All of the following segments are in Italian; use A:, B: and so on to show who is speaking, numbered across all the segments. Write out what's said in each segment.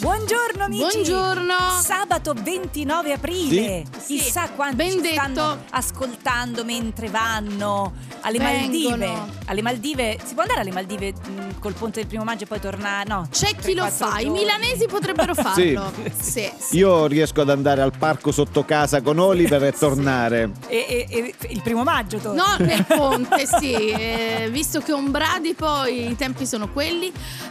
A: Buongiorno amici!
B: Buongiorno.
A: Sabato 29 aprile!
B: Sì.
A: Chissà quanti
B: Ben
A: ci
B: detto.
A: stanno ascoltando mentre vanno alle
B: Vengono.
A: Maldive. Alle Maldive, si può andare alle Maldive mh, col ponte del primo maggio e poi tornare? No.
B: C'è chi
A: tre,
B: lo
A: quattro
B: fa, i
A: giorni.
B: milanesi potrebbero farlo. Sì.
C: Io riesco ad andare al parco sotto casa con Oliver e tornare.
A: E, e- e il primo maggio torna.
B: No, nel ponte, sì, eh, visto che Ombradi poi i tempi sono quelli.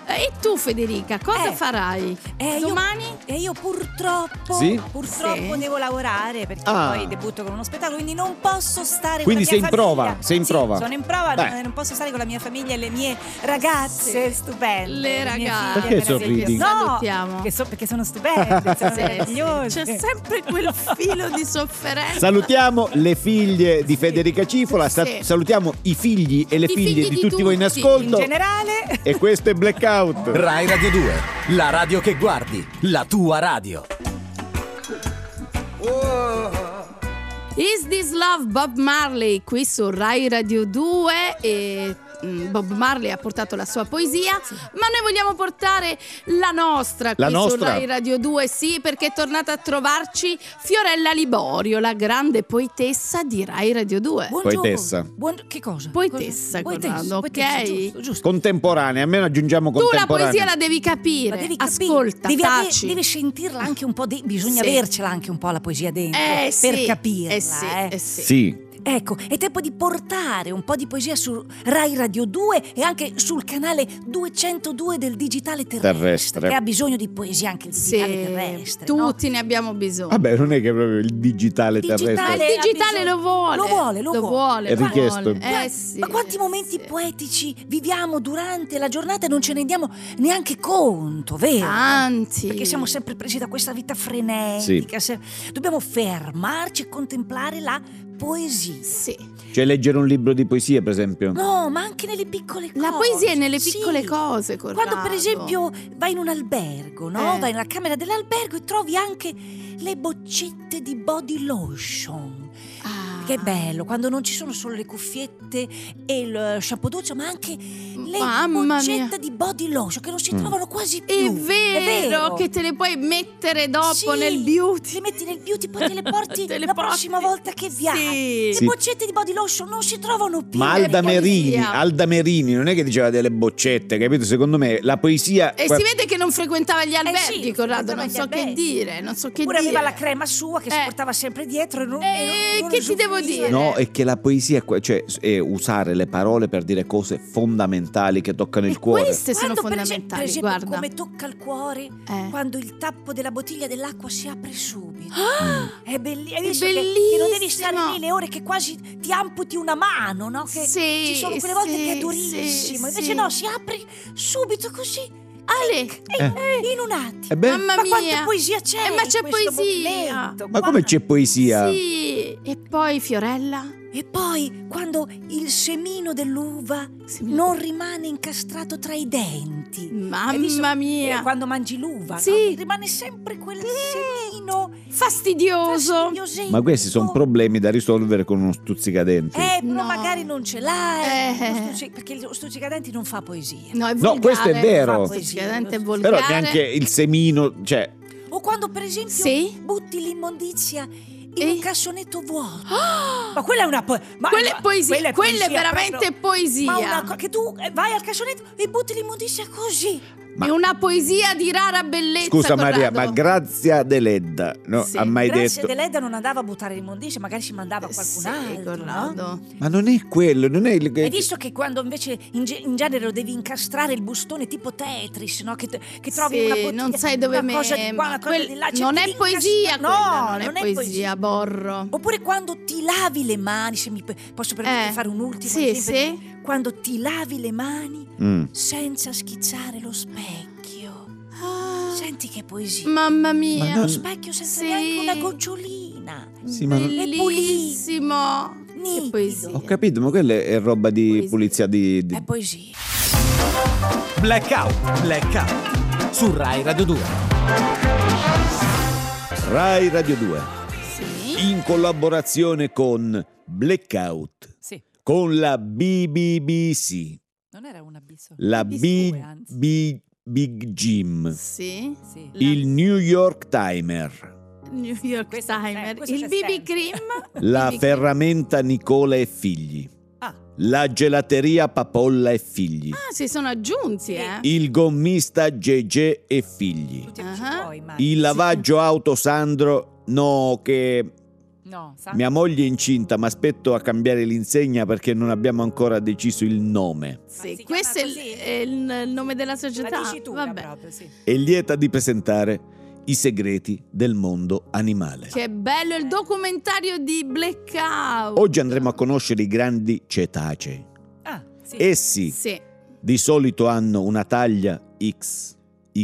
B: Eh, e tu Federica, cosa
A: Eh.
B: farai?
A: Eh, io-
B: Domani?
A: E io purtroppo,
C: Sì?
A: purtroppo
B: Sì.
A: devo lavorare perché
C: Ah.
A: poi debutto con uno spettacolo, quindi non posso stare
C: Quindi
A: con la mia
C: sei in
A: famiglia.
C: prova, sei in
A: Sì,
C: prova.
A: Sono in prova,
C: Beh.
A: non, non posso stare con la mia famiglia e le mie ragazze
B: Sì.
A: stupende. mie
B: Le
A: figlie
B: ragazze.
C: Perché
A: meravigliose.
C: sorridi?
A: No,
B: Salutiamo.
A: che so- perché sono stupende, sono
B: Sì,
A: meravigliose.
B: sì. C'è sempre quel filo di sofferenza.
C: Salutiamo le figlie di Federica Cifola, sa-
B: Sì.
C: salutiamo i figli e le
B: I figli
C: figlie di
B: di
C: tutti voi in
B: tutti,
A: in
C: ascolto.
A: generale.
C: E questo è Blackout.
D: Rai Radio 2, la radio che guardi, la tua radio.
B: Is This Love Bob Marley qui su Rai Radio 2 e mm, Bob Marley ha portato la sua poesia, ma noi vogliamo portare la nostra qui
C: La
B: su
C: nostra?
B: Rai Radio 2, sì, perché è tornata a trovarci Fiorella Liborio, la grande poetessa di Rai Radio 2.
A: Buongiorno.
C: Poetessa.
A: Buon- che cosa?
B: Poetessa, Corrado,
A: poetessa,
B: ok?
A: giusto, giusto.
C: Contemporanea, almeno aggiungiamo
B: Tu la
C: contemporanea.
B: poesia la devi capire,
A: La devi capire,
B: ascolta,
A: devi, ave-
B: taci.
A: devi sentirla anche un po', de- bisogna
B: Sì.
A: avercela anche un po' la poesia dentro
B: eh,
A: per
B: sì,
A: capirla.
B: eh sì,
A: eh.
B: eh sì.
C: Sì,
A: Ecco, è tempo di portare un po' di poesia su Rai Radio 2 e anche sul canale 202 del digitale terrestre.
C: Terrestre.
A: Che ha bisogno di poesia anche il
B: Sì, eh,
A: digitale terrestre. no?
B: tutti ne abbiamo bisogno.
C: vabbè, non è che proprio il digitale terrestre.
A: Digitale.
B: Il digitale lo vuole.
A: Lo vuole, lo vuole.
C: È
B: lo
C: richiesto.
B: vuole.
A: Guarda,
B: Eh, sì,
A: Ma quanti
B: eh,
A: momenti
B: sì.
A: poetici viviamo durante la giornata e non ce ne rendiamo neanche conto, vero?
B: Ah, Tanti.
A: Perché siamo sempre presi da questa vita frenetica. se- Dobbiamo fermarci e contemplare la poesia.
B: Sì.
C: Cioè leggere un libro di poesie, per esempio.
A: No, ma anche nelle piccole cose.
B: La poesia è nelle
A: Sì.
B: piccole cose, Corrado.
A: Quando per esempio vai in un albergo, no?
B: Eh.
A: Vai nella camera dell'albergo e trovi anche le boccette di body lotion.
B: Ah.
A: Che bello, quando non ci sono solo le cuffiette e il eh, shampoo doccia, ma anche le
B: Mamma
A: boccette
B: mia.
A: di body lotion che non si trovano quasi più.
B: È vero, che te le puoi mettere dopo
A: Sì,
B: nel beauty.
A: Le metti nel beauty, poi te le porti
B: Te le
A: la
B: porti.
A: prossima volta che viaggi.
B: Sì.
A: Le
C: Sì.
A: boccette di body lotion non si trovano più.
C: Ma Alda
B: poesia.
C: Merini, Alda Merini non è che diceva delle boccette, capito? Secondo me la poesia...
B: E
C: guarda-
B: si vede che non frequentava gli alberghi,
A: Eh sì,
B: Corrado,
A: frequentava
B: non
A: gli
B: so
A: alberghi.
B: che dire, non so che
A: Oppure
B: dire.
A: aveva la crema sua che si
B: Eh.
A: portava sempre dietro e non,
B: Eh,
A: e non- non
B: che ti devo
A: usufruiva.
B: dire?
C: No, è che la poesia è que- cioè, è usare le parole per dire cose fondamentali che toccano il
B: E
C: cuore.
B: Queste sono
A: Quando, per esempio-
B: fondamentali,
A: per esempio,
B: guarda.
A: come tocca il cuore
B: Eh.
A: quando il tappo della bottiglia dell'acqua si apre subito.
B: Ah,
A: È, belli- hai
B: È
A: visto che- Che, non devi
B: bellissimo.
A: stare lì le ore che quasi ti amputi una mano, no? Che
B: Sì,
A: ci sono quelle volte
B: sì,
A: che è durissimo.
B: sì,
A: Invece
B: sì.
A: no, si apre subito così.
B: Ale,
A: clic, e- In un attimo.
C: Eh beh,
B: Mamma
A: ma
B: mia.
A: quanta poesia c'è!
B: Eh, ma
A: in
B: c'è
A: questo
B: poesia.
A: momento,
C: ma come
A: guarda.
C: c'è poesia?
B: Sì, e poi Fiorella?
A: E poi quando il semino dell'uva
B: Semino Mm.
A: non rimane incastrato tra i denti. Hai visto?
B: Mamma
A: Eh,
B: mia,
A: Quando mangi l'uva, no?
B: Sì. Eh.
A: rimane sempre quel semino
B: fastidioso.
A: fastidiosetto.
C: Ma questi sono
B: oh.
C: problemi da risolvere con uno stuzzicadenti.
A: Eh, però
B: No.
A: magari non ce l'hai.
B: Eh.
A: Lo stuzzi- perché lo stuzzicadenti non fa poesia.
B: No, è
C: No,
B: volgare.
C: questo è vero.
A: Fa poesia.
B: Sicuramente è
A: Però
C: Però
B: volgare.
C: neanche il semino, cioè,
A: O quando, per esempio,
B: Sì.
A: butti l'immondizia in
B: Eh?
A: un cassonetto vuoto.
B: Ah!
A: Ma quella è una po- ma-
B: Quella è
A: ma-
B: poesia, quella è,
A: poesia
B: veramente
A: proprio.
B: poesia.
A: Ma una co- che tu eh, vai al cassonetto e butti l'immondizia così.
C: Ma-
B: È una poesia di rara bellezza.
C: scusa Maria, ma
B: Corrado.
C: Grazia Deledda no,
B: Sì,
C: ha mai
A: Grazie
C: detto.
A: Deledda non andava a buttare l'immondizia, magari si mandava qualcun
B: Sì,
A: altro. no?
B: Corrado.
C: Ma non è quello, non è il.
A: Hai visto che quando invece in, ge- in genere lo devi incastrare il bustone tipo Tetris, no? Che, che trovi
B: Sì,
A: una bottiglia,
B: non sai dove
A: una cosa di
B: mettere.
A: qua, una cosa
B: Quel-
A: di là,
B: non
A: cerchi
B: è
A: di
B: poesia
A: incastra-
B: quella,
A: no,
B: non, è, poesia, Borro.
A: Oppure quando ti lavi le mani, se mi pe- posso permettere
B: Eh,
A: di fare un ultimo
B: sì,
A: esempio,
B: sì.
A: quando ti lavi le mani
C: Mm.
A: senza schiacciare lo specchio.
B: Ah,
A: Senti che poesia.
B: Mamma mia.
C: Ma
A: Lo
C: non-
A: specchio senza
B: Sì.
A: neanche una gocciolina.
C: Sì, ma non-
B: Bellissimo.
A: Nidido.
B: Che poesia.
C: Ho capito, ma quella è roba di
B: Poesia. Eh
C: pulizia di. di-
A: È poesia.
D: Blackout, Blackout su Rai Radio 2.
C: Rai Radio 2.
B: Sì.
C: in collaborazione con Blackout,
A: Sì.
C: con la BBBC,
A: Non era un abisso.
C: la
A: Abisso
C: B-
A: due, anzi.
C: B- Big Jim,
B: Sì.
A: Sì.
B: La-
C: il New York Timer,
B: New York
A: Questa-
B: Timer,
A: eh, questo
B: il
A: c'è
B: BB
A: sempre.
B: Cream,
C: la
B: BB Cream.
C: ferramenta Nicola e figli,
A: Ah.
C: la gelateria Papolla e figli,
B: Ah, si sono aggiunti, eh.
C: il gommista GG e figli,
A: Tutti
B: Ah.
A: poi, ma...
C: il lavaggio auto Sandro, no che
A: No, sa?
C: mia moglie è incinta ma aspetto a cambiare l'insegna perché non abbiamo ancora deciso il nome.
A: Ma
B: Sì,
A: si
B: questo è
A: chiama
B: il,
A: così?
B: è il nome della
A: La
B: società.
A: dicitura
B: Vabbè.
A: proprio, sì.
C: È lieta di presentare i segreti del mondo animale.
B: Che bello il documentario di Blackout.
C: Oggi andremo a conoscere i grandi cetacei.
A: Ah, sì.
C: Essi
B: Sì.
C: di solito hanno una taglia X,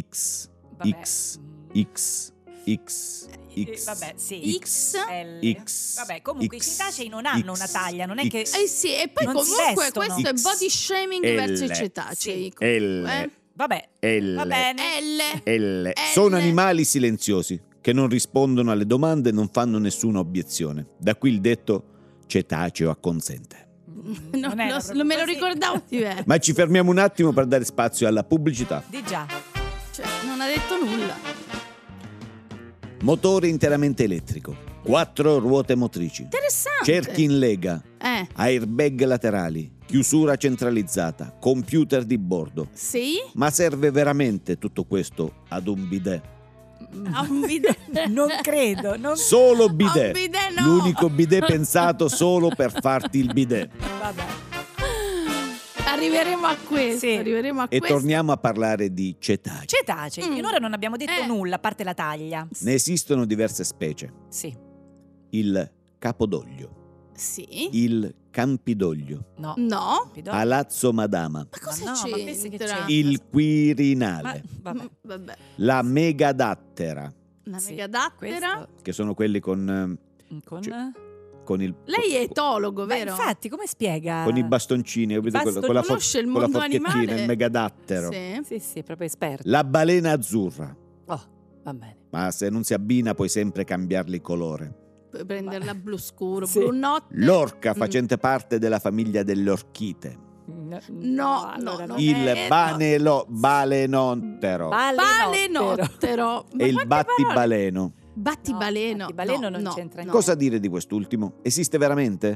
C: X,
A: Vabbè.
C: X,
A: Mm.
C: X, X,
A: Eh,
C: X.
A: Vabbè, sì.
B: X,
A: L.
C: X,
A: Vabbè, comunque
C: X,
A: i cetacei non hanno una
C: X,
A: taglia, non è che...
C: X.
B: Eh sì, e poi
A: Non si
B: comunque
A: vestono.
B: questo è
C: X,
B: body shaming
C: L,
B: verso cioè i cetacei.
C: L,
B: Eh?
A: Vabbè,
C: L,
A: va bene.
B: L.
C: L.
B: L.
C: Sono animali silenziosi che non rispondono alle domande e non fanno nessuna obiezione. Da qui il detto cetaceo acconsente.
A: Mm,
B: No,
A: non era
B: lo-
A: proprio
B: me lo
A: così.
B: ricordavo diverso.
C: Ma ci fermiamo un attimo per dare spazio alla pubblicità.
A: Di già.
B: Cioè, non ha detto nulla.
C: Motore interamente elettrico, quattro ruote motrici,
B: Interessante.
C: cerchi in lega,
B: Eh,
C: airbag laterali, chiusura centralizzata, computer di bordo.
B: sì.
C: Ma serve veramente tutto questo ad un bidet?
B: Ha un bidet.
A: Non credo, non...
C: Solo bidet!
B: Un bidet no.
C: L'unico bidet pensato solo per farti il bidet.
A: Vabbè.
B: Arriveremo a questo.
A: Sì.
B: Arriveremo a
C: E
B: questo.
C: torniamo a parlare di cetacei.
A: Cetacei,
B: Mm.
A: finora non abbiamo detto
B: Eh.
A: nulla, a parte la taglia.
C: ne esistono diverse specie.
A: Sì,
C: Il capodoglio,
B: Sì.
C: il campidoglio,
A: no.
B: Mm. No.
A: Rapido.
C: Alazzo madama,
B: Ma cosa
A: no, ma pensi che
B: c'entra?
A: c'entra?
C: il
A: Ma,
C: quirinale,
A: vabbè.
B: Mm, Vabbè.
C: la megadattera,
B: Una
A: Sì,
B: megadattera.
A: questo,
C: che sono quelli con,
A: mm, con...
C: Cioè, eh, con il...
B: Lei è etologo,
A: Ma
B: vero?
A: infatti, come spiega?
C: Con i bastoncini, capito?
A: Baston-
C: Quello- con la,
B: conosce il
C: con la
B: mondo
C: forchettina,
B: animale.
C: il megadattero.
B: Sì.
A: Sì, sì, è proprio esperto.
C: La balena azzurra,
A: Oh, va bene.
C: ma se non si abbina puoi sempre cambiarli colore.
B: Puoi prenderla blu scuro,
A: Sì.
B: blu notte.
C: L'orca,
B: Mm.
C: facente parte della famiglia delle orchite.
A: No,
B: No,
A: allora no.
B: no, no.
C: Il
B: Eh,
C: banelo, balenontero
B: Balenottero. Ma
C: e il
B: quante parole?
C: battibaleno.
B: Battibaleno.
A: No, battibaleno non
B: no,
A: c'entra niente.
B: no.
C: Cosa dire di quest'ultimo? Esiste veramente?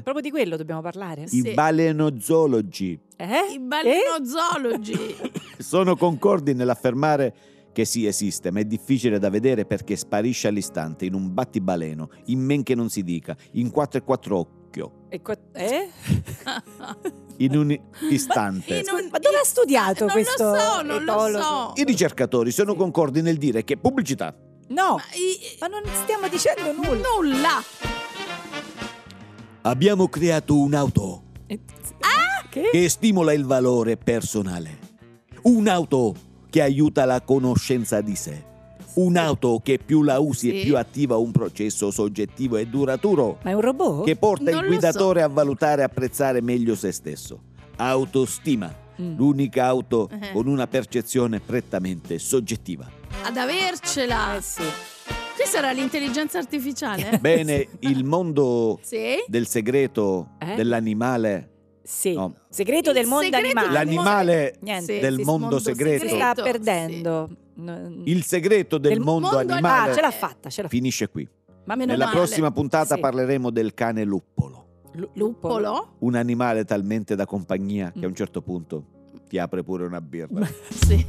A: Proprio di quello dobbiamo parlare?
B: Sì.
C: I balenozoologi
A: Eh?
B: I balenozoologi.
C: sono concordi nell'affermare che sì esiste, ma è difficile da vedere perché sparisce all'istante in un battibaleno, in men che non si dica, in 4 e 4 occhio,
A: E qua- eh?
C: in un istante.
B: In un-
A: Ma dove ha studiato
B: non
A: questo
B: lo so, non
A: etologo?
B: lo so.
C: I ricercatori sono
A: Sì.
C: concordi nel dire che pubblicità,
A: No,
B: Ma i-
A: ma non stiamo dicendo nulla.
B: Nulla.
C: abbiamo creato un'auto
B: Eh,
A: Ah! Che?
C: che stimola il valore personale, un'auto che aiuta la conoscenza di sé, un'auto che più la usi
B: Sì.
C: e più attiva un processo soggettivo e duraturo.
A: Ma è un robot?
C: che porta
B: Non
C: il
B: lo
C: guidatore a valutare e apprezzare meglio se stesso. Autostima,
A: Mm.
C: l'unica auto
B: Eh.
C: con una percezione prettamente soggettiva.
B: Ad avercela.
A: Eh sì.
B: Questa era l'intelligenza artificiale.
C: Bene, il mondo
B: Sì.
C: del segreto
A: Eh?
C: dell'animale,
A: Sì.
C: No.
A: Segreto
B: Il
A: del mondo
B: segreto del
A: animale.
C: l'animale
A: Niente.
B: Sì,
C: del
B: sì,
C: mondo segreto.
A: Si sta
B: sì.
A: perdendo. No-
C: il segreto del,
A: Del
C: mondo,
B: mondo
C: animale
A: Ah, ce l'ha fatta, ce l'ha fatta.
C: finisce qui.
A: Ma
B: meno
C: Nella
B: male.
C: prossima puntata
A: Sì.
C: parleremo del cane luppolo,
A: Lu-
B: Luppolo?
C: un animale talmente da compagnia che
A: Mm.
C: a un certo punto ti apre pure una birra.
B: Sì.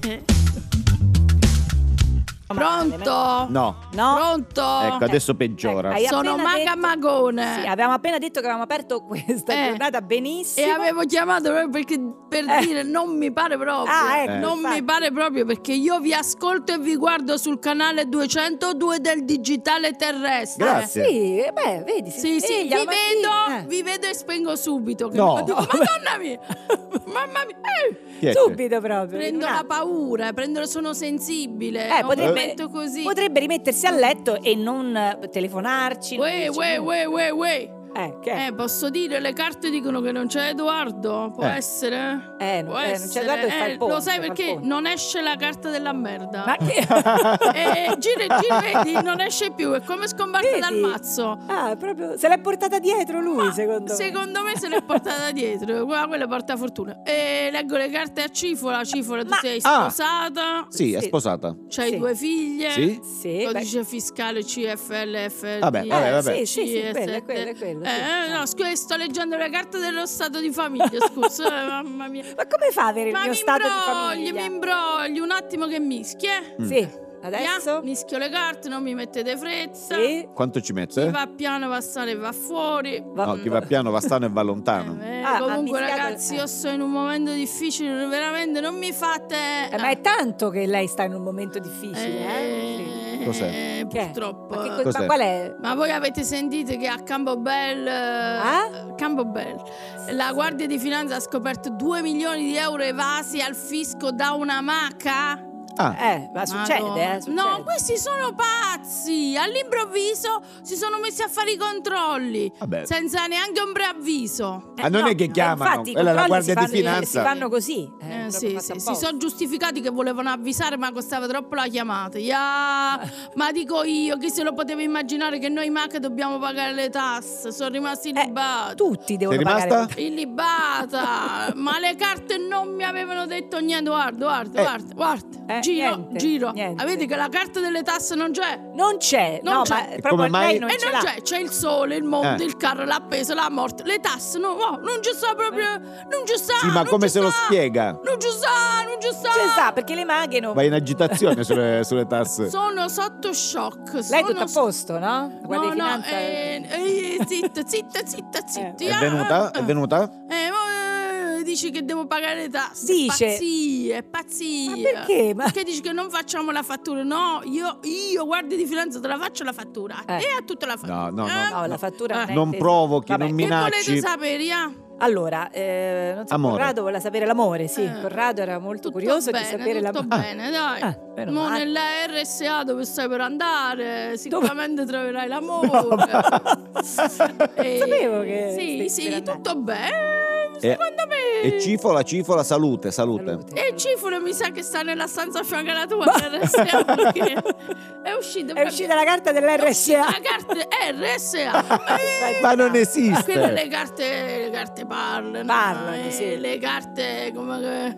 A: Male,
B: Pronto?
C: No,
A: No.
B: Pronto?
C: ecco, adesso peggiora.
A: Ecco, hai
B: Sono
A: appena
B: Maga
A: detto-
B: Magone.
A: Sì, avevamo appena detto che avevamo aperto questa
B: Eh.
A: giornata
B: E
A: benissimo.
B: avevo chiamato proprio perché, per
A: Eh.
B: dire non mi pare proprio.
A: Ah, ecco,
B: non
A: infatti.
B: mi pare proprio perché io vi ascolto e vi guardo sul canale 202 del digitale terrestre.
C: Grazie.
A: Sì, eh, beh, vedi. si
B: Sì, sì, vi
A: sveglia la mattina.
B: vedo, vi vedo e spengo subito. che
C: No.
B: mi- dico, Madonna mia! Mamma mia! eh,
C: Chi è che-
A: Subito proprio.
B: prendo
A: in un
B: la
A: attimo.
B: paura, prendo, sono sensibile.
A: Eh,
B: Ho
A: potrebbe-
B: un momento così.
A: Potrebbe rimettersi a letto e non eh, telefonarci. non
B: Uè,
A: dirci
B: uè,
A: nulla.
B: uè, uè, uè.
A: Eh, che è?
B: Eh, posso dire, le carte dicono che non c'è Edoardo? Può
C: Eh.
B: essere?
A: Eh,
B: Può
A: no, eh, non c'è
B: essere.
A: Edoardo e fa il
B: Eh,
A: ponte,
B: Lo sai
A: fa il
B: perché?
A: ponte.
B: Non esce la carta della merda.
A: Ma che...
B: E gira e gira, vedi, non esce più. È come scomparsa
A: Vedi?
B: dal mazzo.
A: Ah, è proprio... Se l'è portata dietro lui, secondo me.
B: Secondo me se l'è portata dietro, Guarda, quella porta fortuna. E leggo le carte a Cifola. Cifola, tu
A: Ma-
B: sei
C: Ah.
B: sposata,
C: Sì, è
A: Sì.
C: sposata.
B: c'hai
A: Sì.
B: due figlie.
C: Sì?
A: Sì, beh,
B: Codice fiscale CFLF.
C: Vabbè, vabbè, vabbè.
A: Sì, sì, sì, quello,
B: è
A: quello, quello, sì.
B: Eh, no, scusa, sto leggendo le carte dello stato di famiglia, scusa, eh, mamma mia.
A: Ma come fa ad avere il
B: Ma
A: mio
B: mi
A: stato
B: imbrogli,
A: di
B: mi
A: famiglia?
B: imbrogli un attimo che mischi, eh.
C: Mm.
A: Sì,
B: Ya,
A: adesso?
B: mischio le carte, non mi mettete fretta.
A: Sì.
C: Quanto ci mette?
B: Chi va piano va a sale e va fuori.
A: Va-
C: No, chi va piano va sano e va lontano.
B: Eh, eh,
A: Ah,
B: comunque
A: ha mischiato-
B: ragazzi
A: eh.
B: io sto in un momento difficile veramente non mi fate
A: Eh, ma è tanto che lei sta in un momento difficile, eh? Sì.
B: Eh,
C: Cos'è?
B: eh,
A: Che è?
B: purtroppo
A: Ma, che
B: ma,
A: co- ma
C: Cos'è?
A: qual è?
B: voi avete sentito che a Campobel eh, Campobel la guardia di finanza ha scoperto 2 milioni di euro evasi al fisco da una maca
C: Ah,
A: Eh, ma succede,
B: Madonna.
A: eh? Succede.
B: no questi sono pazzi all'improvviso si sono messi a fare i controlli
C: vabbè.
B: senza neanche un preavviso
A: Eh,
C: Ah, non
A: no,
C: è che
A: eh,
C: chiamano,
A: infatti, i
C: quella è la
A: controlli si
C: Guardia di
A: fanno-
C: Finanza.
A: Si fanno così. eh,
B: Eh,
A: proprio
B: sì,
A: fatto
B: sì, si
A: apposta.
B: sono giustificati che volevano avvisare ma costava troppo la chiamata. Ya, ma dico io, chi se lo poteva immaginare che noi Mac dobbiamo pagare le tasse? Sono rimasti
A: Eh,
B: illibati.
A: Tutti devono
C: Sei rimasta?
A: pagare.
B: Illibata! ma le carte non mi avevano detto niente. Guarda, guarda,
C: Eh.
B: guarda, guarda.
A: Eh,
B: giro,
A: niente,
B: giro.
A: niente.
B: Ah, vedi che la carta delle tasse non c'è.
A: Non c'è,
B: Non
A: no,
B: c'è.
A: ma
B: E
A: proprio
C: come mai-
A: lei non
B: e
A: ce
B: non
A: l'ha.
B: c'è, c'è il sole, il mondo,
C: Eh.
B: il carro, l'appeso, la morte, le tasse, no, no, non ci sta proprio, non ci sta.
C: Sì, ma
B: non
C: come
B: ci
C: se lo
B: sta,
C: spiega?
B: Non ci sta, non ci sta.
A: Ce sa, perché le maghe non...
C: Va in agitazione sulle, sulle tasse.
B: Sono sotto shock.
A: Lei è
B: sono
A: tutto a
B: so-
A: posto, no? La Guardia
B: No,
A: di
B: no,
A: Finanza...
B: eh, eh, zitta, zitta, zitta, zitta. Ah.
C: È venuta? È venuta?
B: Eh, mo, eh, dici che devo pagare le tasse.
A: Dice-
B: Pazzie, pazzie.
A: Ma perché? Ma-
B: Perché dici che non facciamo la fattura? No, io, io guardia di finanza, te la faccio la fattura.
A: Eh.
B: E a tutta la fattura.
C: No, no,
B: Eh?
A: No, la
B: Eh.
A: fattura non è
C: Non
A: intesa.
C: provochi,
A: Vabbè,
C: non
B: Che
C: minacci.
B: volete sapere? ah?
A: Allora, eh, non so,
C: Amore.
A: Corrado voleva sapere l'amore, sì.
B: Eh.
A: Corrado era molto
B: Tutto
A: curioso
B: bene,
A: di sapere
B: tutto
A: l'amore.
B: bene, dai.
A: Ah, meno
B: Mo
A: male.
B: nella RSA dove stai per andare, sicuramente troverai l'amore. Eh,
A: Sapevo che
B: Sì,
A: stessi
B: sì,
A: per andare.
B: tutto bene.
C: E-
B: Secondo me.
C: Eh, E cifola, cifola, salute, Ah, salute.
A: Salute.
B: E il cifono mi sa che sta nella stanza fianca alla tua per RSA perché è uscito
A: È uscita la carta dell'RSA.
B: la carta RSA. Eh,
C: Ma non
B: Quelle
C: esiste.
B: le carte, le carte parlano.
A: Parlano,
B: eh,
A: sì.
B: Le carte come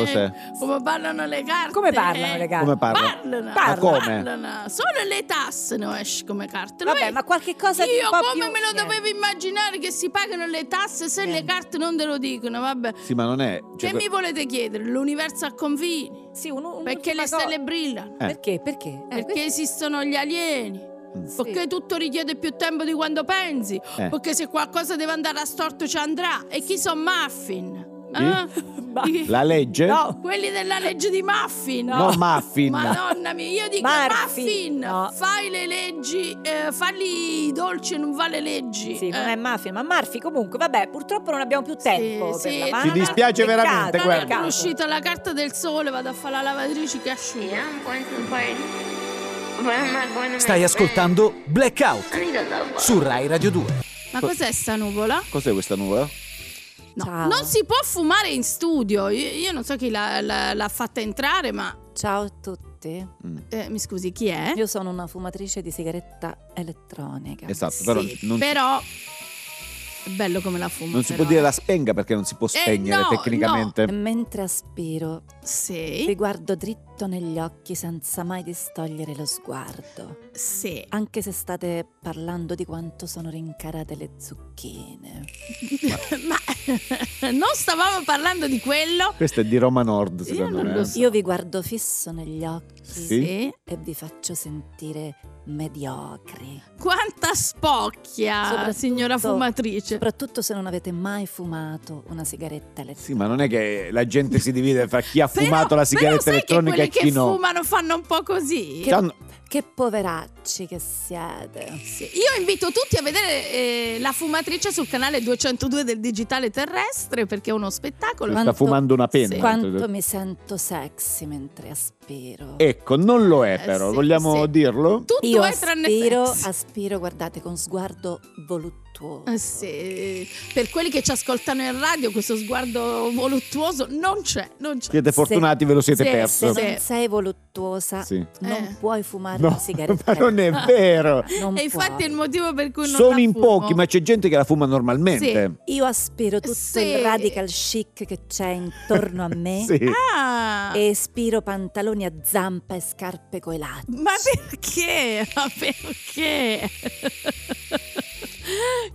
C: cos'è?
B: Come parlano le carte?
A: Come
B: Eh,
A: parlano le carte?
C: Come parla?
B: Parlano,
C: Ma come?
B: parlano. Solo le tasse ne esce come carte. lo
A: Vabbè,
B: vedi?
A: ma qualche cosa di
B: Io
A: un po'
B: come
A: più- eh,
B: me lo
A: Niente.
B: dovevo immaginare che si pagano le tasse se le
A: Niente.
B: carte non te lo dicono? Vabbè.
C: Sì, ma non è. cioè,
B: che mi volete chiedere? L'universo a confini?
A: Sì, un- un-
B: Perché le
A: un'ultima
B: stelle
A: cosa.
B: brillano?
C: Eh. Mm.
A: Perché? Perché? Eh,
B: Perché esistono gli alieni?
A: questo-
B: Perché tutto richiede più tempo di quanto pensi?
C: Eh.
B: Perché se qualcosa deve andare a storto ci andrà. E chi sono Muffin?
C: Chi?
B: Ah?
A: Ma-
B: Chi-
C: La legge?
A: No.
B: Quelli della legge di Muffin.
C: No, muffin.
B: Madonna mia, io dico
A: Marfin.
B: Muffin,
A: No.
B: fai le leggi, eh, falli i dolci e non va le leggi.
A: Sì, non
B: Eh,
A: è mafia, ma Marfi comunque, vabbè, purtroppo non abbiamo più tempo
B: sì,
A: per
B: ci
A: la mafia.
C: dispiace
A: Peccato,
C: veramente,
B: non è
C: guarda.
A: peccato.
B: ancora uscita la carta del sole, vado a fare la lavatrice che asciuga.
E: Stai ascoltando Blackout su Rai Radio 2.
B: Ma cos'è sta nuvola?
C: Cos'è questa nuvola?
B: No,
A: Ciao.
B: non si può fumare in studio. Io, io non so chi l'ha, l'ha- l'ha fatta entrare, ma
A: Ciao a tutti.
C: Mm,
B: eh, mi scusi, chi è?
A: Io sono una fumatrice di sigaretta elettronica.
C: Esatto,
B: Sì,
C: però non,
B: però è bello come la fuma.
C: non si
B: però.
C: può dire la spenga perché non si può spegnere
B: Eh, no,
C: tecnicamente.
A: E mentre aspiro,
B: Sì,
A: ti guardo dritto negli occhi senza mai distogliere lo sguardo.
B: sì.
A: Anche se state parlando di quanto sono rincarate le zucchine.
B: Ma non stavamo parlando di quello?
C: Questa è di Roma Nord,
B: Io
C: secondo
B: non
C: me.
B: lo so.
A: Io vi guardo fisso negli occhi
C: Sì.
A: e vi faccio sentire mediocri.
B: Quanta spocchia,
A: Soprattutto-
B: signora fumatrice.
A: Soprattutto se non avete mai fumato una sigaretta elettronica.
C: Sì, ma non è che la gente si divide fra chi ha
B: Però-
C: fumato la sigaretta
B: però sai
C: elettronica
B: che
C: e
B: quelli
C: chi
B: che
C: no.
B: fumano fanno un po' così.
A: Che-
C: C'hanno-
A: Che poveracci che siete.
B: Sì, Io invito tutti a vedere eh, la fumatrice sul canale 202 del digitale terrestre perché è uno spettacolo.
C: sta fumando una penna.
B: Sì.
A: Quanto mi sento sexy mentre aspiro.
C: Ecco, non lo è
B: Eh,
C: però,
B: sì,
C: vogliamo
B: sì.
C: dirlo?
B: Tutto
A: Io
B: è tranne
A: aspiro,
B: sex.
A: aspiro, guardate, con sguardo voluttuoso. voluttuoso.
C: Oh.
B: Eh sì, per quelli che ci ascoltano in radio, questo sguardo voluttuoso non c'è, non c'è.
C: Siete fortunati, ve lo siete
B: Sì,
A: Cioè, Se
C: perso.
B: sì.
A: non sei voluttuosa,
C: Sì.
B: Eh.
A: non puoi fumare
C: No,
A: una sigaretta. Eh,
C: ma non è vero.
A: Non
B: E infatti
A: puoi.
B: è il motivo per cui non
C: Sono
B: la
C: in
B: fumo.
C: pochi, ma c'è gente che la fuma normalmente.
A: Io aspiro tutto
B: Sì.
A: il radical chic che c'è intorno a me
C: Sì.
B: Ah,
A: e espiro pantaloni a zampa e scarpe coi lati.
B: ma perché? Ma perché?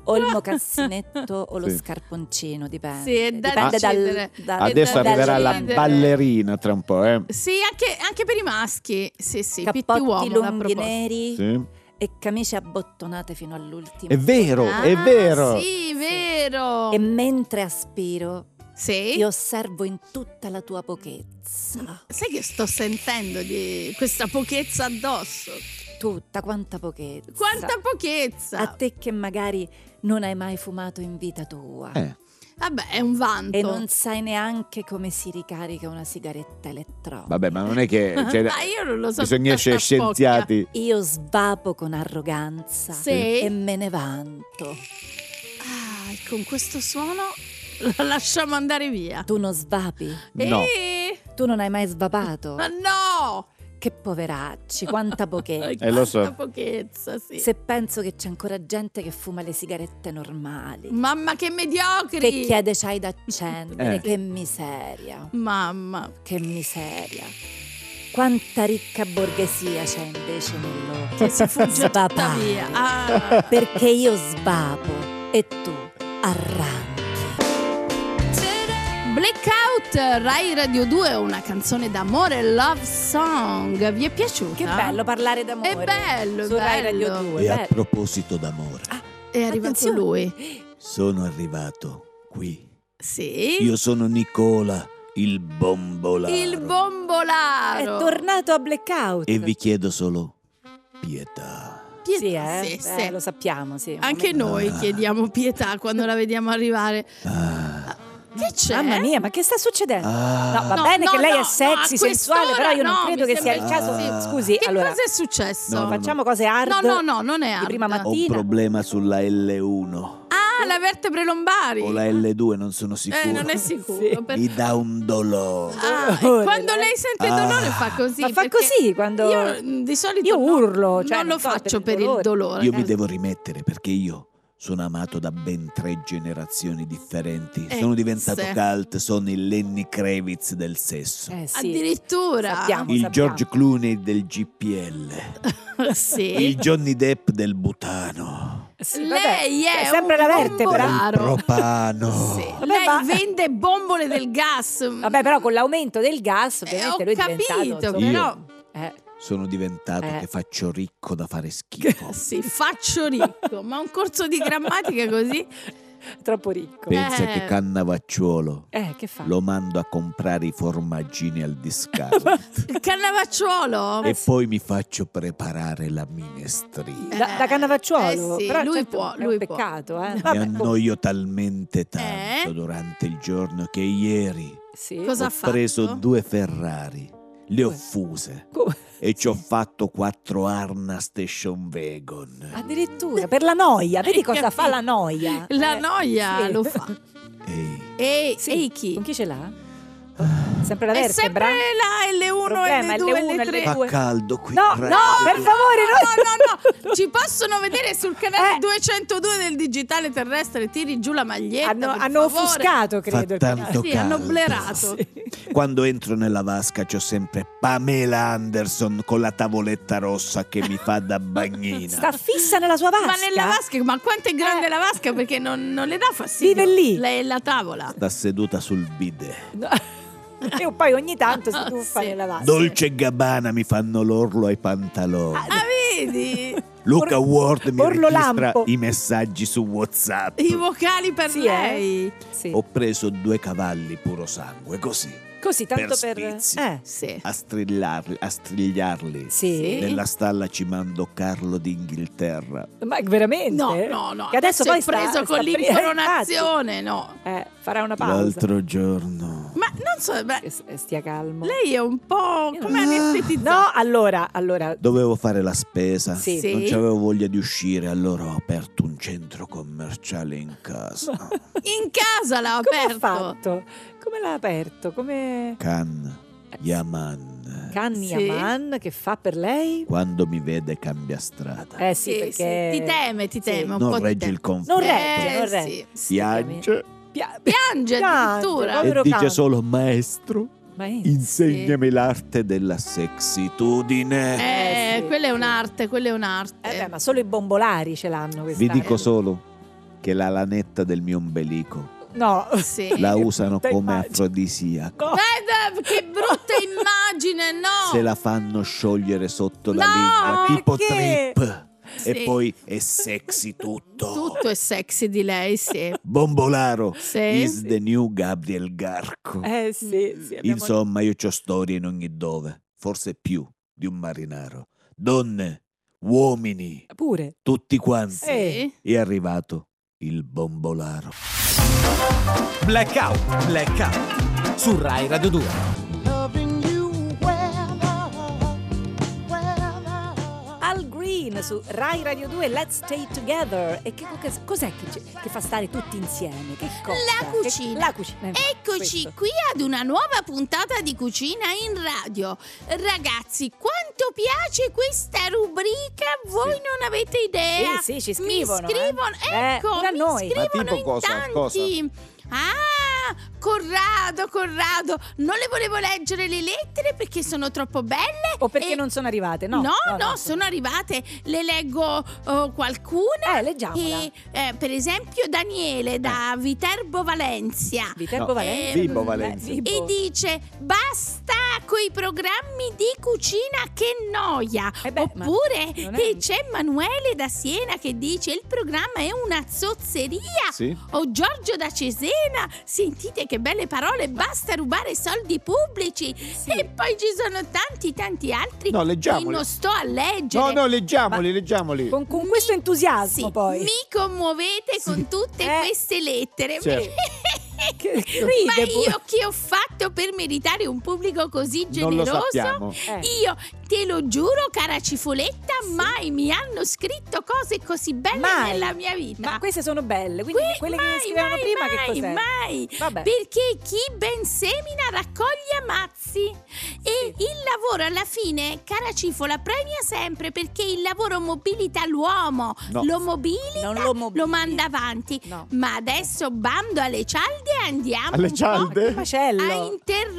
A: O il mocassinetto o lo
C: Sì.
A: scarponcino, dipende.
B: Sì, è da
A: dipende
B: decidere.
A: da-
C: Adesso
A: dal-
C: arriverà la
B: ridere.
C: ballerina tra un po', eh.
B: Sì, anche, anche per i maschi. Sì, sì, pitti
A: Cappotti
B: uomo la
A: lunghi
B: proposta.
A: neri
C: Sì.
A: e camicie abbottonate fino all'ultimo.
C: È vero, è
B: Ah,
C: vero.
B: Sì, vero.
A: E mentre aspiro,
B: Sì.
A: ti osservo in tutta la tua pochezza.
B: Sai che sto sentendo di questa pochezza addosso?
A: Tutta quanta pochezza.
B: Quanta pochezza!
A: A te che magari non hai mai fumato in vita tua.
C: Eh,
B: Vabbè, è un vanto.
A: E non sai neanche come si ricarica una sigaretta elettronica.
C: vabbè, ma non è che cioè,
B: Ma io non lo so.
C: bisogna essere
B: tutta spocchia.
C: scienziati.
A: Io svapo con arroganza
B: Sì.
A: e me ne vanto.
B: Ah, e con questo suono la lasciamo andare via.
A: Tu non svapi?
C: No.
B: Eh,
A: Tu non hai mai svapato?
B: ma no!
A: Che poveracci, quanta pochezza.
C: Eh, lo so.
B: Quanta pochezza, sì.
A: Se penso che c'è ancora gente che fuma le sigarette normali,
B: Mamma che mediocri!
A: che chiede c'hai da accendere,
C: Eh.
A: che miseria,
B: Mamma.
A: che miseria. Quanta ricca borghesia c'è invece nello
B: Che si fugge tutta
A: svapare.
B: via. Ah.
A: Perché io svapo e tu arranchi.
B: Blackout Rai Radio 2 è una canzone d'amore love song. Vi è piaciuta?
A: Che bello parlare d'amore.
B: È bello, è
A: Su Rai
B: bello.
A: Radio 2.
C: E a
B: Eh.
A: bello.
C: proposito d'amore,
B: È arrivato
A: Attenzione.
B: lui.
C: sono arrivato qui.
B: Sì.
C: Io sono Nicola, il bombolaro.
B: Il
A: È
B: bombolaro.
A: tornato a blackout.
C: E vi chiedo solo pietà.
B: Pietà,
A: Sì, eh?
B: sì,
A: Eh,
B: sì.
A: lo sappiamo, sì.
B: Anche noi
C: Ah.
B: chiediamo pietà quando la vediamo arrivare.
C: Ah,
B: Che c'è?
A: Mamma mia, ma che sta succedendo?
C: ah.
A: No, va
B: No,
A: bene
B: no,
A: che lei
B: no,
A: è sexy,
B: no, a
A: sensuale, però io non
B: quest'ora no,
A: credo
B: mi
A: che sia il
C: sembra
A: caso.
C: di sì.
A: Scusi,
B: Che
A: allora
B: cosa è successo?
C: No, no,
A: facciamo cose hard.
B: No, no, no, non è
A: Di
B: hard.
A: prima mattina.
C: Ho un problema sulla L1
B: Ah, la vertebre lombari.
C: o la L2, non sono Oh, sicuro.
B: Eh, non è sicuro.
A: Sì.
B: per-
C: Mi dà un dolore.
B: Ah, e
A: Dolore,
B: quando
A: lei-
B: lei sente il
C: Ah.
B: dolore fa così.
A: Ma fa
B: perché
A: così quando
B: Io mm, di solito
A: io
B: no,
A: urlo, cioè,
B: non lo
A: so,
B: faccio per il dolore.
C: Io mi devo rimettere perché io sono amato da ben tre generazioni differenti.
B: Eh,
C: sono diventato
B: sì.
C: cult, sono il Lenny Kravitz del sesso.
A: Eh sì.
B: Addirittura.
A: Sappiamo.
C: Il
A: sappiamo.
C: George Clooney del GPL,
B: sì.
C: il Johnny Depp del Butano,
A: Sì, vabbè, cioè,
B: Lei è
A: sempre
B: un
A: la vertebra.
B: bombolaro.
C: il Propano.
B: Sì.
A: Vabbè,
B: Lei
A: ma-
B: vende bombole del gas.
A: Vabbè, però con l'aumento del gas,
B: Eh,
A: ovviamente
B: ho
A: lui è diventato
B: capito,
A: insomma,
C: Io-
B: però
A: eh,
C: Sono diventato
A: Eh.
C: che faccio ricco da fare schifo.
B: sì, faccio ricco, ma un corso di grammatica così
A: troppo ricco. Eh,
C: Pensa
B: Eh.
C: che Cannavacciuolo
A: che fa?
C: lo mando a comprare i formaggini al discount
B: il cannavacciuolo.
C: e poi mi faccio preparare la minestrina.
A: Da, da Cannavacciuolo.
B: Eh sì,
A: però,
B: lui
A: certo,
B: può,
A: è un
B: lui può.
A: peccato, eh.
C: Mi
A: Vabbè,
C: annoio talmente tanto
B: Eh?
C: durante il giorno che ieri
A: sì.
B: Cosa
C: ho
B: ha fatto?
C: preso due Ferrari, le ho fuse
A: Come?
C: e ci ho fatto quattro Arna Station
A: Ah.
C: Wagon.
A: Addirittura per la noia, vedi
B: Hai
A: cosa fa
B: capito?
A: la noia?
B: La
A: Eh,
B: noia
A: sì.
B: lo fa.
C: Ehi,
B: E,
A: Sì,
B: e chi?
A: Con chi ce l'ha? Sempre la
B: È
A: vertebra?
B: sempre la L1,
A: Problema,
B: L2,
A: L1,
B: L3.
C: fa
A: due.
C: caldo qui.
A: No,
C: raggio.
A: no, per favore,
B: No, no, no, ci possono vedere sul canale
A: Eh.
B: 202 del digitale terrestre, tiri giù la maglietta.
A: Hanno,
B: per
A: hanno
B: favore.
A: offuscato,
C: Fa
A: credo. il
C: tanto
B: Sì,
C: caldo.
B: hanno blerato.
A: Esatto.
C: Quando entro nella vasca c'ho sempre Pamela Anderson con la tavoletta rossa che mi fa da bagnina.
A: Sta fissa nella sua vasca. Eh.
B: Ma nella vasca, ma quanto è grande la vasca? Perché non, non le dà fastidio.
A: Vive lì.
B: Lei è la tavola.
C: Sta seduta sul bidet.
A: No. E poi ogni tanto si tuffa
B: Ah, Sì.
A: nella vasca.
C: Dolce e Gabbana mi fanno l'orlo ai pantaloni.
B: Ah, vedi?
C: Luca
A: Or-
C: Ward mi
A: Orlo
C: registra
A: Lampo.
C: i messaggi su WhatsApp.
B: I vocali per
A: Sì, eh.
B: lei.
A: Sì.
C: Ho preso due cavalli puro sangue, così,
A: Così tanto per...
C: Sfizi.
A: Eh.
B: Sì.
C: a strillarli, a strigliarli.
A: Sì.
C: Nella stalla ci mando Carlo d'Inghilterra.
A: Ma veramente?
B: No, no, no.
A: Che adesso,
B: è
A: poi sta- eh, sta
B: preso con
A: per-
B: l'incoronazione, no.
A: Eh, farà una pausa.
C: L'altro giorno
B: Ma non non so, beh,
A: Che s- stia calmo.
B: lei è un po'
A: Io non-
B: come anestetizzata.
A: No, allora, allora.
C: Dovevo fare la spesa.
A: Sì.
C: Non
B: Sì.
C: c'avevo voglia di uscire, allora ho aperto un centro commerciale in casa.
B: In casa l'ha
A: Come ha
B: aperto.
A: fatto? Come l'ha aperto? Come
C: Can, Yaman.
A: Canni
B: Sì.
A: Aman che fa per lei?
C: Quando mi vede cambia strada.
A: Eh sì,
B: Sì,
A: perché
B: sì, ti teme, ti
A: Sì.
B: teme un po'
C: non
B: ti
C: regge
B: teme.
C: il confronto.
A: Non regge,
B: Eh,
A: non
B: sì.
A: regge.
C: Piange
A: Pia-
B: Piange addirittura.
A: Piange,
C: e
A: povero
C: dice
A: cane.
C: solo maestro,
A: Maestro.
C: insegnami l'arte della sexitudine.
B: Eh,
A: Eh, sì.
B: quella è un'arte, quella è un'arte.
A: Eh beh, ma solo i bombolari ce l'hanno questa. eh.
C: Vi dico solo che la lanetta del mio ombelico
A: No.
B: Sì.
C: la usano
A: brutta
C: come
A: immagine.
C: afrodisiaco.
A: No.
B: Eh, dai, che brutta immagine, no!
C: Se la fanno sciogliere sotto
B: No,
C: la lingua, tipo
A: perché?
C: trip.
B: Sì.
C: E poi è sexy tutto.
B: Tutto è sexy di lei, sì.
C: Bombolaro
B: Sì.
C: is the new Gabriel Garco.
A: Eh sì, sì, abbiamo-
C: Insomma, io ho storie in ogni dove, forse più di un marinaro. Donne, uomini,
A: Pure.
C: tutti quanti.
B: Sì.
A: Eh.
C: È arrivato il bombolaro.
D: Blackout, Blackout su Rai Radio 2.
A: Al Green su Rai Radio 2 Let's Stay Together e che co- cos'è che, ci- che fa stare tutti insieme? Che cosa?
B: La cucina.
A: Che- la cucina. eh,
B: Eccoci
A: questo.
B: qui ad una nuova puntata di cucina in radio. Ragazzi, quanto piace questa rubrica? Voi
C: Sì.
B: non avete idea?
A: Sì, sì, ci
B: mi
A: scrivono. eh.
B: scrivono,
A: Eh,
B: ecco,
A: pure a
B: mi
A: noi.
C: Ma
B: scrivono
C: tipo
B: in
C: cosa?
B: tanti.
C: Cosa?
B: Ah, Corrado, Corrado, non le volevo leggere le lettere perché sono troppo belle.
A: O perché
B: e-
A: non sono arrivate? No,
B: No, no, sono arrivate, le leggo eh, qualcuna.
A: Eh, leggiamola. Eh.
B: E, eh, per esempio Daniele da Viterbo Valencia
A: Viterbo
C: No.
A: Valencia.
C: Eh, Vibo Valencia.
A: Vibo.
B: e dice basta coi programmi di cucina che noia
A: Eh beh, ma
B: oppure
A: non è-
B: eh, c'è Emanuele da Siena che dice il programma è una zozzeria
C: Sì?
B: o Giorgio da Cesena sentite che belle parole basta rubare soldi pubblici e poi ci sono tanti tanti altri
C: No,
B: che
C: leggiamoli.
B: non sto a leggere
C: leggiamoli, leggiamoli.
A: Con, con questo entusiasmo
B: Sì,
A: poi.
B: mi commuovete con tutte
A: Eh.
B: queste lettere
C: Certo.
A: Che
B: ma
A: ride. pure.
B: io che ho fatto per meritare un pubblico così
C: Non lo
B: generoso?
C: sappiamo.
A: Eh,
B: Io te lo giuro, cara Cifoletta, mai mi hanno scritto cose così belle
A: Mai.
B: nella mia vita.
A: ma queste sono belle, quindi
B: Que-
A: quelle
B: mai,
A: che scrivevano
B: mai,
A: prima
B: mai,
A: che cos'è?
B: mai.
A: Vabbè.
B: Perché chi ben semina raccoglie ammazzi e il lavoro alla fine, cara Cifola, premia sempre perché il lavoro mobilita l'uomo,
C: No.
B: lo mobilita,
A: Non lo mobilita.
B: manda avanti.
A: No.
B: Ma adesso bando alle cialde e andiamo
C: Alle
B: un po' Eh.
C: cialde?
A: Macello.
B: a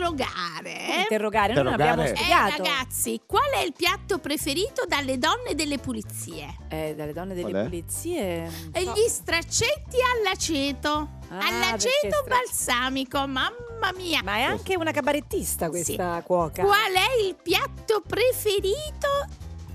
B: interrogare.
A: Interrogare, noi non
C: Interrogare.
A: abbiamo
C: Eh,
B: Ah, Eh,
A: studiato.
B: ragazzi, qual è il piatto preferito dalle donne delle pulizie?
A: Eh, dalle donne delle
C: Qual è?
A: pulizie. eh,
B: E
A: no.
B: Gli straccetti all'aceto.
A: Ah, perché
B: all'aceto
A: stra-
B: balsamico, mamma mia.
A: Ma è anche una cabarettista questa cuoca.
B: Qual è il piatto preferito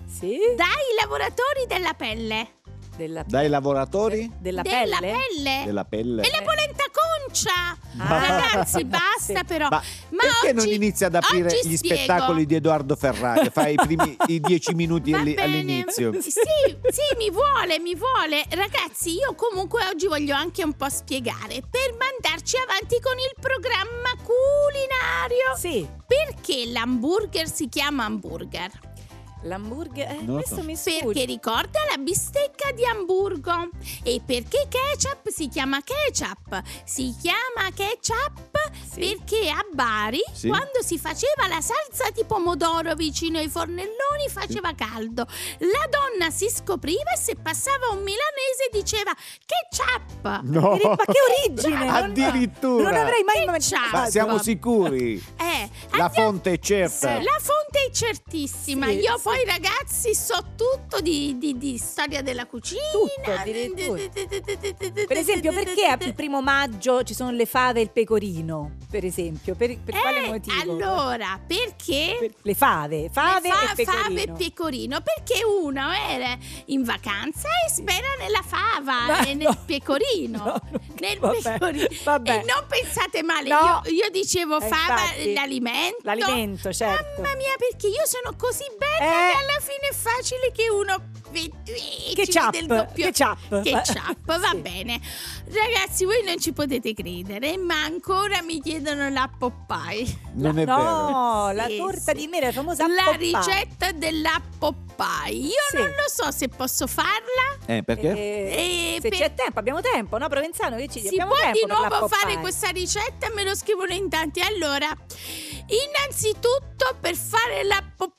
A: Sì?
B: dai lavoratori della pelle?
A: Della,
C: Dai lavoratori
A: della
B: della
A: pelle?
B: pelle?
C: della pelle.
B: Eh. E la polenta concia!
A: Ah.
B: Ragazzi, basta
A: Sì.
B: però.
C: Ma perché non
B: oggi-
C: inizi ad aprire
B: oggi
C: gli
B: spiego.
C: spettacoli di Edoardo Ferrari? Fai i primi i dieci minuti
B: Va
C: alli-
B: bene.
C: all'inizio.
B: Sì, sì, mi vuole, mi vuole. Ragazzi, io comunque oggi voglio anche un po' spiegare per mandarci avanti con il programma culinario.
A: Sì,
B: Perché l'hamburger si chiama hamburger?
A: l'hamburger. Eh,
C: Non lo
A: questo
C: so.
A: mi sfugge.
B: Perché ricorda la bistecca di Hamburgo. E perché ketchup si chiama ketchup? Si chiama ketchup
A: Sì.
B: perché a Bari,
C: Sì.
B: quando si faceva la salsa di pomodoro vicino ai fornelloni, faceva caldo. La donna si scopriva e se passava un milanese diceva ketchup.
C: No.
A: Ma che origine! non-
C: Addirittura.
A: Non avrei mai
B: Ketchup.
A: immaginato.
C: Ma siamo sicuri?
B: Eh,
C: La
B: andiamo-
C: fonte è certa.
B: Sì, La fonte è certissima.
A: Sì,
B: Io
A: sì.
B: poi, ragazzi, so tutto di, di- di storia della cucina.
A: Tutto, addirittura. Per esempio, perché il primo maggio ci sono le fave e il pecorino? Per esempio, per, per quale
B: Eh,
A: motivo?
B: Allora, perché
A: Per- le fave, fave
B: fa-
A: e pecorino.
B: fave e pecorino? Perché uno era in vacanza e spera nella fava
A: Ma
B: e
A: no.
B: Ah, nel pecorino.
A: No, non-
B: Nel
A: vabbè,
B: pecorino.
A: vabbè.
B: E non pensate male,
A: No.
B: io, io dicevo
A: Eh,
B: fava
A: infatti.
B: l'alimento.
A: L'alimento, certo.
B: Mamma mia, perché io sono così bella
A: Eh.
B: che alla fine è facile che uno eh, effettivici del
F: Ketchup,
B: doppio
F: ketchup.
B: Ketchup, va
F: Sì.
B: bene. Ragazzi, voi non ci potete credere, ma ancora mi chiedono la Popeye.
C: Non è vero.
F: No, la
B: Sì,
F: torta
B: sì.
F: di mele, la famosa
B: La
F: poppa.
B: ricetta della Popeye. Io
F: Sì.
B: non lo so se posso farla.
C: Eh, perché?
F: Eh,
B: Eh,
F: se
B: per-
F: c'è tempo, abbiamo tempo, no Provenzano? Che ci
B: Si
F: abbiamo
B: può
F: tempo
B: di
F: per la
B: nuovo fare
F: Popeye.
B: questa ricetta? Me lo scrivono in tanti. Allora, innanzitutto per fare la Popeye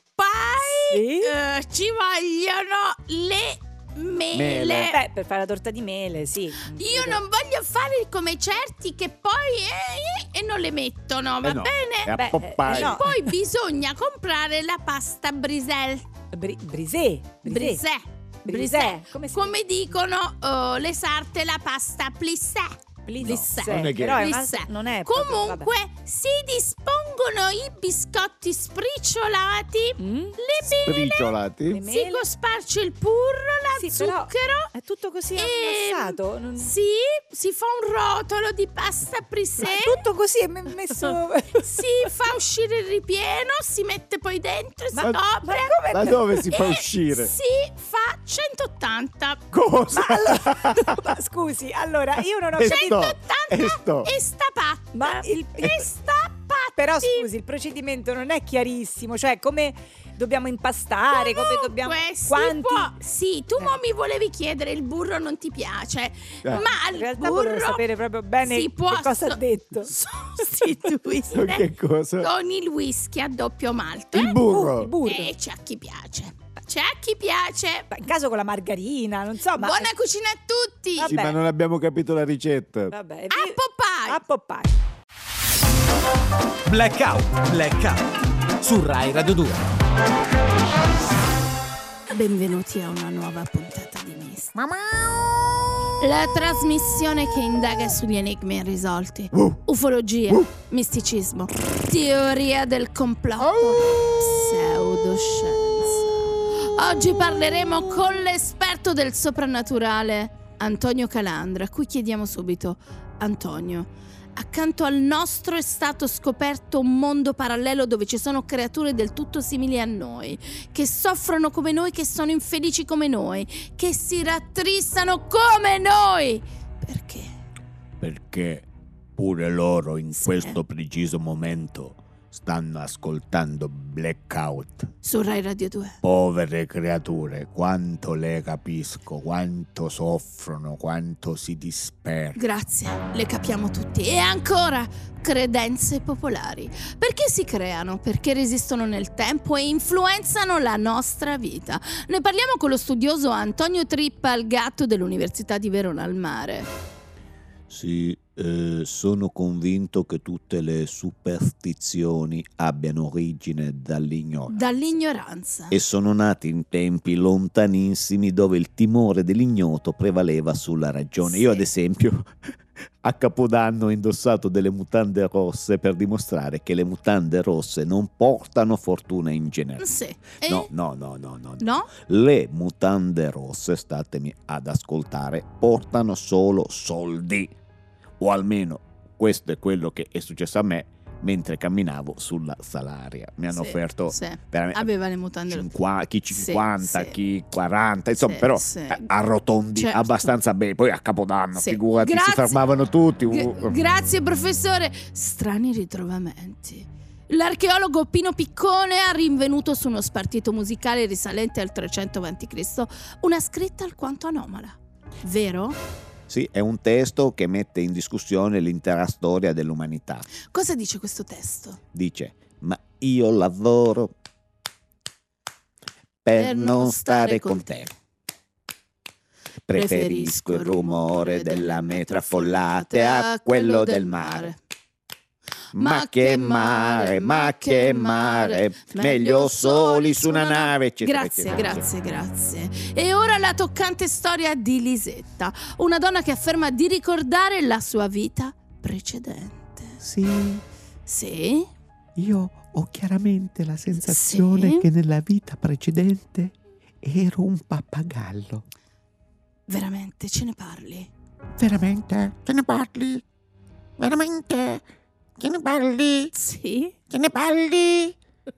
F: Sì.
B: eh, ci vogliono le mele.
C: Mele.
F: Eh, Beh, per fare la torta di mele, sì.
B: Io non voglio fare come certi che poi eh, eh, e non le mettono, va
C: no,
B: bene?
C: è a
F: Beh,
C: Popeye.
F: eh, no.
B: Poi bisogno bisogna comprare la pasta briselle.
F: Bri- brisé, brisé.
B: Brisè.
F: Brisè,
B: Brisè.
F: come si
B: Come dicono eh, le sarte, la pasta plissè.
F: Blissè.
B: Blissè.
C: Non è che-
F: Però è un
B: Blissè.
F: altro- non è proprio-
B: Comunque si dispongono i biscotti spricciolati,
F: vabbè. Mm?
B: le mele,
F: Le
C: Briciolati.
F: mele.
B: si cosparge il burro, la
F: Sì, però
B: zucchero
F: È tutto così
B: e
F: ammassato. non-
B: sì, si fa un rotolo di pasta
F: Ma
B: brisè.
F: è tutto così è me- messo...
B: si fa uscire il ripieno, si mette poi dentro, si
F: Ma- Ma
B: copre.
F: come...
C: Da dove si fa
B: e
C: uscire?
B: Si fa 180.
C: Cosa?
F: Ma scusi, allora io non ho
C: E
F: capito...
C: sto-
B: 180
C: e sto.
B: e sta patta.
F: Ma il- eh,
B: E sta patta.
F: Però scusi, il procedimento non è chiarissimo, cioè come dobbiamo impastare, come dobbiamo...
B: si
F: Quanti...
B: può- Sì, tu
F: Eh.
B: mo mi volevi chiedere il burro non ti piace,
C: Eh.
B: ma al
F: In realtà
B: burro
F: volevo sapere proprio bene
B: si
F: che
B: può
F: cosa ha detto.
B: Sostituire
C: Che cosa?
B: con il whisky a doppio malto.
F: Oh,
B: eh?
C: Il
F: il
C: burro.
F: burro.
B: E c'è a chi piace. C'è a chi piace.
F: Ma in caso con la margarina, non so, ma... eh,
B: Buona cucina a tutti.
F: Vabbè.
C: Sì, ma non abbiamo capito la ricetta.
F: Vabbè,
B: A
F: vi-
B: Popeye.
F: A Popeye.
D: Blackout, blackout su Rai Radio 2.
B: Benvenuti a una nuova puntata di Mist. La trasmissione che indaga sugli enigmi irrisolti,
C: Uh.
B: ufologia, misticismo, teoria del complotto, pseudoscienza. Oggi parleremo con l'esperto del soprannaturale, Antonio Calandra, a cui chiediamo subito, Antonio. Accanto al nostro è stato scoperto un mondo parallelo dove ci sono creature del tutto simili a noi che soffrono come noi, che sono infelici come noi, che si rattristano come noi. Perché?
C: Perché pure loro in
B: Sì.
C: questo preciso momento stanno ascoltando Blackout.
B: Su Rai Radio 2.
C: Povere creature, quanto le capisco, quanto soffrono, quanto si disperano.
B: Grazie, le capiamo tutti. E ancora, credenze popolari. Perché si creano? Perché resistono nel tempo e influenzano la nostra vita. Ne parliamo con lo studioso Antonio Trippa al gatto dell'Università di Verona al Mare.
C: Sì, eh, sono convinto che tutte le superstizioni abbiano origine dall'ignoranza.
B: Dall'ignoranza.
C: e sono nati in tempi lontanissimi dove il timore dell'ignoto prevaleva sulla ragione. Io,
B: Sì.
C: ad esempio, a Capodanno ho indossato delle mutande rosse per dimostrare che le mutande rosse non portano fortuna in generale.
B: Sì. E-
C: No, no, no, no, no.
B: No?
C: Le mutande rosse, statemi ad ascoltare, portano solo soldi. O almeno questo è quello che è successo a me mentre camminavo sulla salaria. Mi hanno
B: Sì,
C: offerto
B: Sì.
C: veramente
B: Aveva le mutande.
C: Cinqua- chi
B: Sì,
C: 50,
B: sì.
C: chi 40, insomma,
B: Sì,
C: però
B: sì.
C: eh, arrotondi
B: Certo.
C: abbastanza bene. Poi a Capodanno,
B: Sì.
C: figurati, si
B: Grazie.
C: fermavano tutti.
B: Gra-
C: uh,
B: grazie professore. Strani ritrovamenti. L'archeologo Pino Piccone ha rinvenuto su uno spartito musicale risalente al 300 a.C. una scritta alquanto anomala. Vero?
C: Sì, è un testo che mette in discussione l'intera storia dell'umanità.
B: Cosa dice questo testo?
C: Dice, ma io lavoro per, non stare con te. Preferisco il rumore della metra affollata a quello del mare. Ma che mare, ma che mare, meglio soli su una nave. eccetera,
B: Grazie,
C: eccetera,
B: grazie, grazie. E ora la toccante storia di Lisetta, una donna che afferma di ricordare la sua vita precedente.
G: Sì,
B: Sì?
G: io ho chiaramente la sensazione
B: Sì.
G: che nella vita precedente ero un pappagallo.
B: Veramente, ce ne parli?
G: Veramente? Che ne parli? Veramente? Che ne parli?
B: Sì?
G: Che ne parli?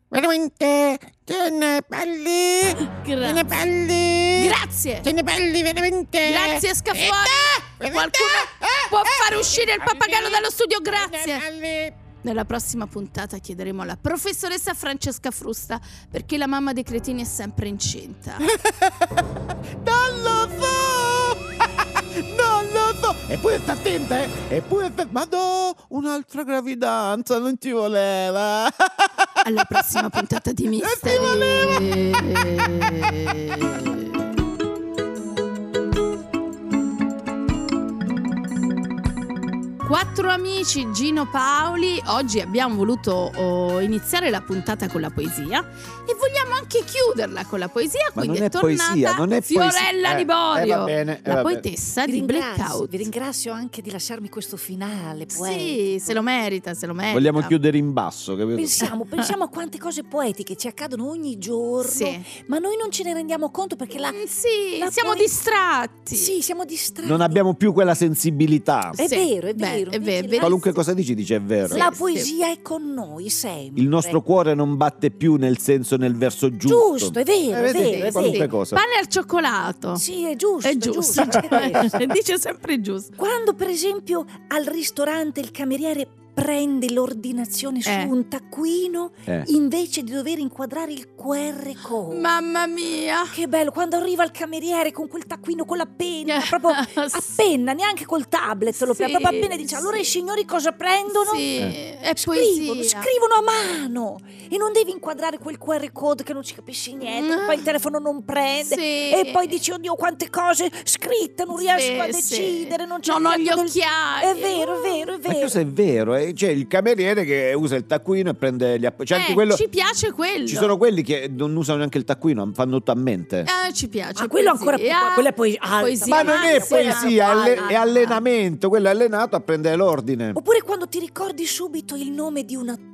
H: Veramente, che ne parli? Che ne
B: Gra-
H: parli?
B: grazie.
H: Che ne parli veramente?
B: Grazie, Scaffoni.
H: Eh, eh,
B: Qualcuno
H: eh, eh,
B: può
H: eh,
B: far uscire il pappagallo dallo studio, grazie.
H: Che ne parli?
B: Nella prossima puntata chiederemo alla professoressa Francesca Frusta perché la mamma dei cretini è sempre incinta.
C: Non lo so! Non lo so! Eppure sta attenta, eh! Eppure sta... Ma no! Un'altra gravidanza non ci voleva!
B: Alla prossima puntata di Misteri. Quattro amici Gino Paoli, oggi abbiamo voluto oh, iniziare la puntata con la poesia e vogliamo anche chiuderla con la poesia,
C: Ma
B: quindi
C: non
B: è,
C: è poesia,
B: tornata
C: non è poesia.
B: Fiorella
C: Eh,
B: Di
C: eh,
B: Borio,
C: va bene, eh,
B: la
C: va
B: poetessa
A: Vi
B: di
A: ringrazio,
B: Blackout.
A: vi ringrazio anche di lasciarmi questo finale poetico.
B: Sì, se lo merita, se lo merita.
C: Vogliamo chiudere in basso, capito?
A: Pensiamo, pensiamo a quante cose poetiche ci accadono ogni giorno,
B: Sì.
A: ma noi non ce ne rendiamo conto perché la...
B: Mm, sì,
A: la
B: siamo
A: poe-
B: distratti.
A: Sì, siamo distratti.
C: Non abbiamo più quella sensibilità.
A: È
B: Sì,
A: vero, è
B: beh,
A: vero.
B: è
A: invece
B: vero,
A: la-
C: Qualunque cosa dici dice è vero.
A: La
B: Sì, sì.
A: poesia è con noi sempre.
C: Il nostro cuore non batte più nel senso, nel verso giusto.
A: Giusto, è vero,
C: Eh,
A: è
C: vedi,
A: vero, è
C: qualunque
A: vero.
C: cosa.
B: Pane al cioccolato.
A: Sì, è giusto,
B: è giusto.
A: è giusto.
B: Dice sempre giusto.
A: Quando per esempio al ristorante il cameriere prende l'ordinazione su
B: Eh.
A: un taccuino
C: Eh.
A: invece di dover inquadrare il QR code.
B: Mamma mia.
A: Che bello, quando arriva il cameriere con quel taccuino, con la penna, proprio a
B: Eh. Sì.
A: penna, neanche col tablet, lo
B: Sì,
A: prende, proprio appena dice allora
B: sì.
A: i signori cosa prendono?
B: Sì,
C: Eh.
B: è
A: Scrivono,
B: poesia.
A: scrivono a mano e non devi inquadrare quel QR code che non ci capisci niente,
B: Mm.
A: poi il telefono non prende
B: Sì.
A: e poi dici oddio quante cose scritte, non
B: Sì,
A: riesco a
B: Eh, sì.
A: decidere, non c'è
B: Non ho gli
A: tempo del-
B: occhiali.
A: È vero, è vero, è
C: Ma
A: vero.
C: questo è vero, eh? c'è il cameriere che usa il taccuino e prende gli app- C'è anche
B: Eh,
C: quello...
B: Ci piace quello.
C: Ci sono quelli che non usano neanche il taccuino, fanno tutto a mente.
B: Eh, ci piace.
A: Ah, quello
B: poesia.
A: ancora più- ah, quella è poe- ah,
B: Poesia
C: Ma non è
B: massima.
C: poesia, è, alle-
B: Ah,
C: è allenamento. Quello è allenato a prendere l'ordine.
A: Oppure quando ti ricordi subito il nome di un attore.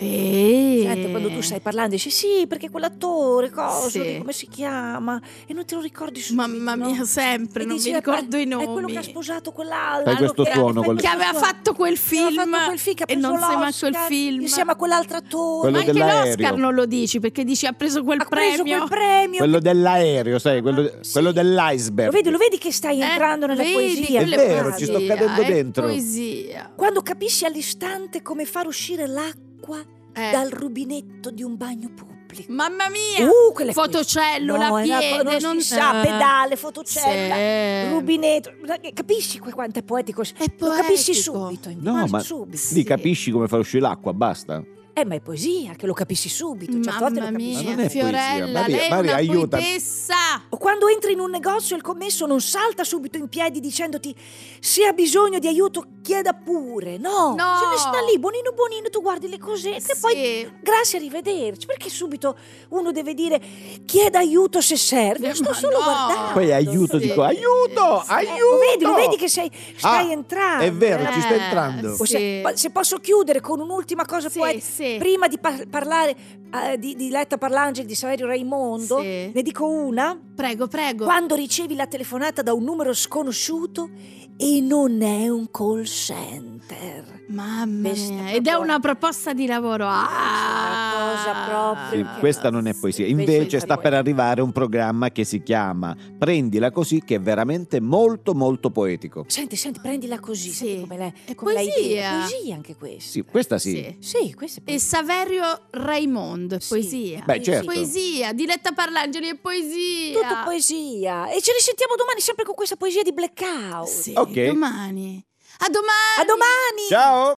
B: Eh.
A: ah, Certo, quando tu stai parlando dici sì, perché quell'attore, cosa,
B: Sì.
A: lì, come si chiama? E non te lo ricordi subito.
B: Mamma
A: no?
B: mia, sempre,
A: E
B: non
A: dici,
B: mi
A: "Eh, qua-
B: ricordo i nomi.
A: È quello che ha sposato quell'altro.
C: Fai questo
A: che era-
C: suono, quello-
B: che aveva
A: questo-
B: fatto quel
A: che aveva
B: film
A: fatto quel film, che ha
B: e non
A: preso
B: sei manco
A: l'Oscar,
B: il film.
A: Insieme a quell'altro attore.
C: Quello
B: Ma anche
C: dell'aereo.
B: l'Oscar non lo dici perché dici ha preso quel
A: ha preso
B: premio.
A: quel premio.
C: Quello dell'aereo, sai, quello,
A: Ah, Sì.
C: quello dell'iceberg.
A: Lo vedi, lo vedi che stai
B: Eh,
A: entrando nella
B: vedi,
A: poesia.
C: È
B: quella
C: vero,
A: quasi.
C: ci sto cadendo
B: è
C: dentro.
B: Poesia.
A: Quando capisci all'istante come far uscire l'acqua
B: Eh,
A: dal rubinetto di un bagno pubblico.
B: Mamma mia.
A: Uh, quella
B: Fotocellula,
A: no, è una
B: piede,
A: po- non,
B: non-
A: si sa,
B: eh.
A: pedale, fotocella,
B: Sì.
A: rubinetto. eh, Capisci que- quanto è poetico?
B: Eh. È
A: Lo capisci
B: poetico.
A: subito, invece.
C: No, ma
A: subito.
C: lì capisci come far uscire l'acqua, basta.
A: Eh, ma è poesia, che lo capisci subito. Certe volte lo
B: Mamma
A: capisci.
B: mia,
C: Ma non è poesia,
B: Fiorella,
C: Maria-
B: lei è
C: Maria,
B: una
C: aiutami.
B: poetessa.
A: O quando entri in un negozio e il commesso non salta subito in piedi dicendoti se ha bisogno di aiuto chieda pure. No,
B: No.
A: se ne sta lì, bonino bonino, tu guardi le cosette e poi
B: Sì.
A: grazie, arrivederci. Perché subito uno deve dire chieda aiuto se serve.
B: Eh,
A: Io sto
B: ma
A: solo
B: no.
A: guardando.
C: Poi aiuto,
B: Sì.
C: dico aiuto,
B: Sì.
A: Eh,
C: aiuto.
A: lo vedi, lo vedi che sei, stai
C: Ah,
A: entrando.
C: È vero, ci sta
B: Eh,
C: entrando.
A: O se,
B: Sì.
A: po- se posso chiudere con un'ultima cosa
B: Sì,
A: poetica,
B: sì.
A: prima di par- parlare eh, di, di Letta Parlangeli di Saverio Raimondo,
B: Sì.
A: ne dico una.
B: Prego, prego.
A: Quando ricevi la telefonata da un numero sconosciuto e non è un call center.
B: Mamma
A: Questa
B: mia.
A: è
B: Ed è
A: proprio-
B: una proposta di lavoro. Ah,
A: Sì, una cosa
C: Sì,
A: proprio-
C: questa non è poesia. Invece
A: eh, Invece
C: sta
A: è
C: per arrivare un programma che si chiama Prendila così, che è veramente molto molto poetico.
A: Senti, senti, prendila così,
B: Sì.
A: senti come, l'hai-
B: È
A: come l'hai
B: poesia.
A: detto. Poesia anche questa.
C: Sì, questa sì.
B: Sì.
A: Sì, questa è
B: E
A: poesia.
B: Saverio Raimondo, è
A: Sì.
B: poesia.
C: Beh, certo.
B: Poesia, Diletta Parlangeli è poesia.
A: Tutto poesia. E ci risentiamo domani sempre con questa poesia di Blackout.
B: Sì,
C: Ok.
B: domani. A domani.
A: A domani!
C: Ciao!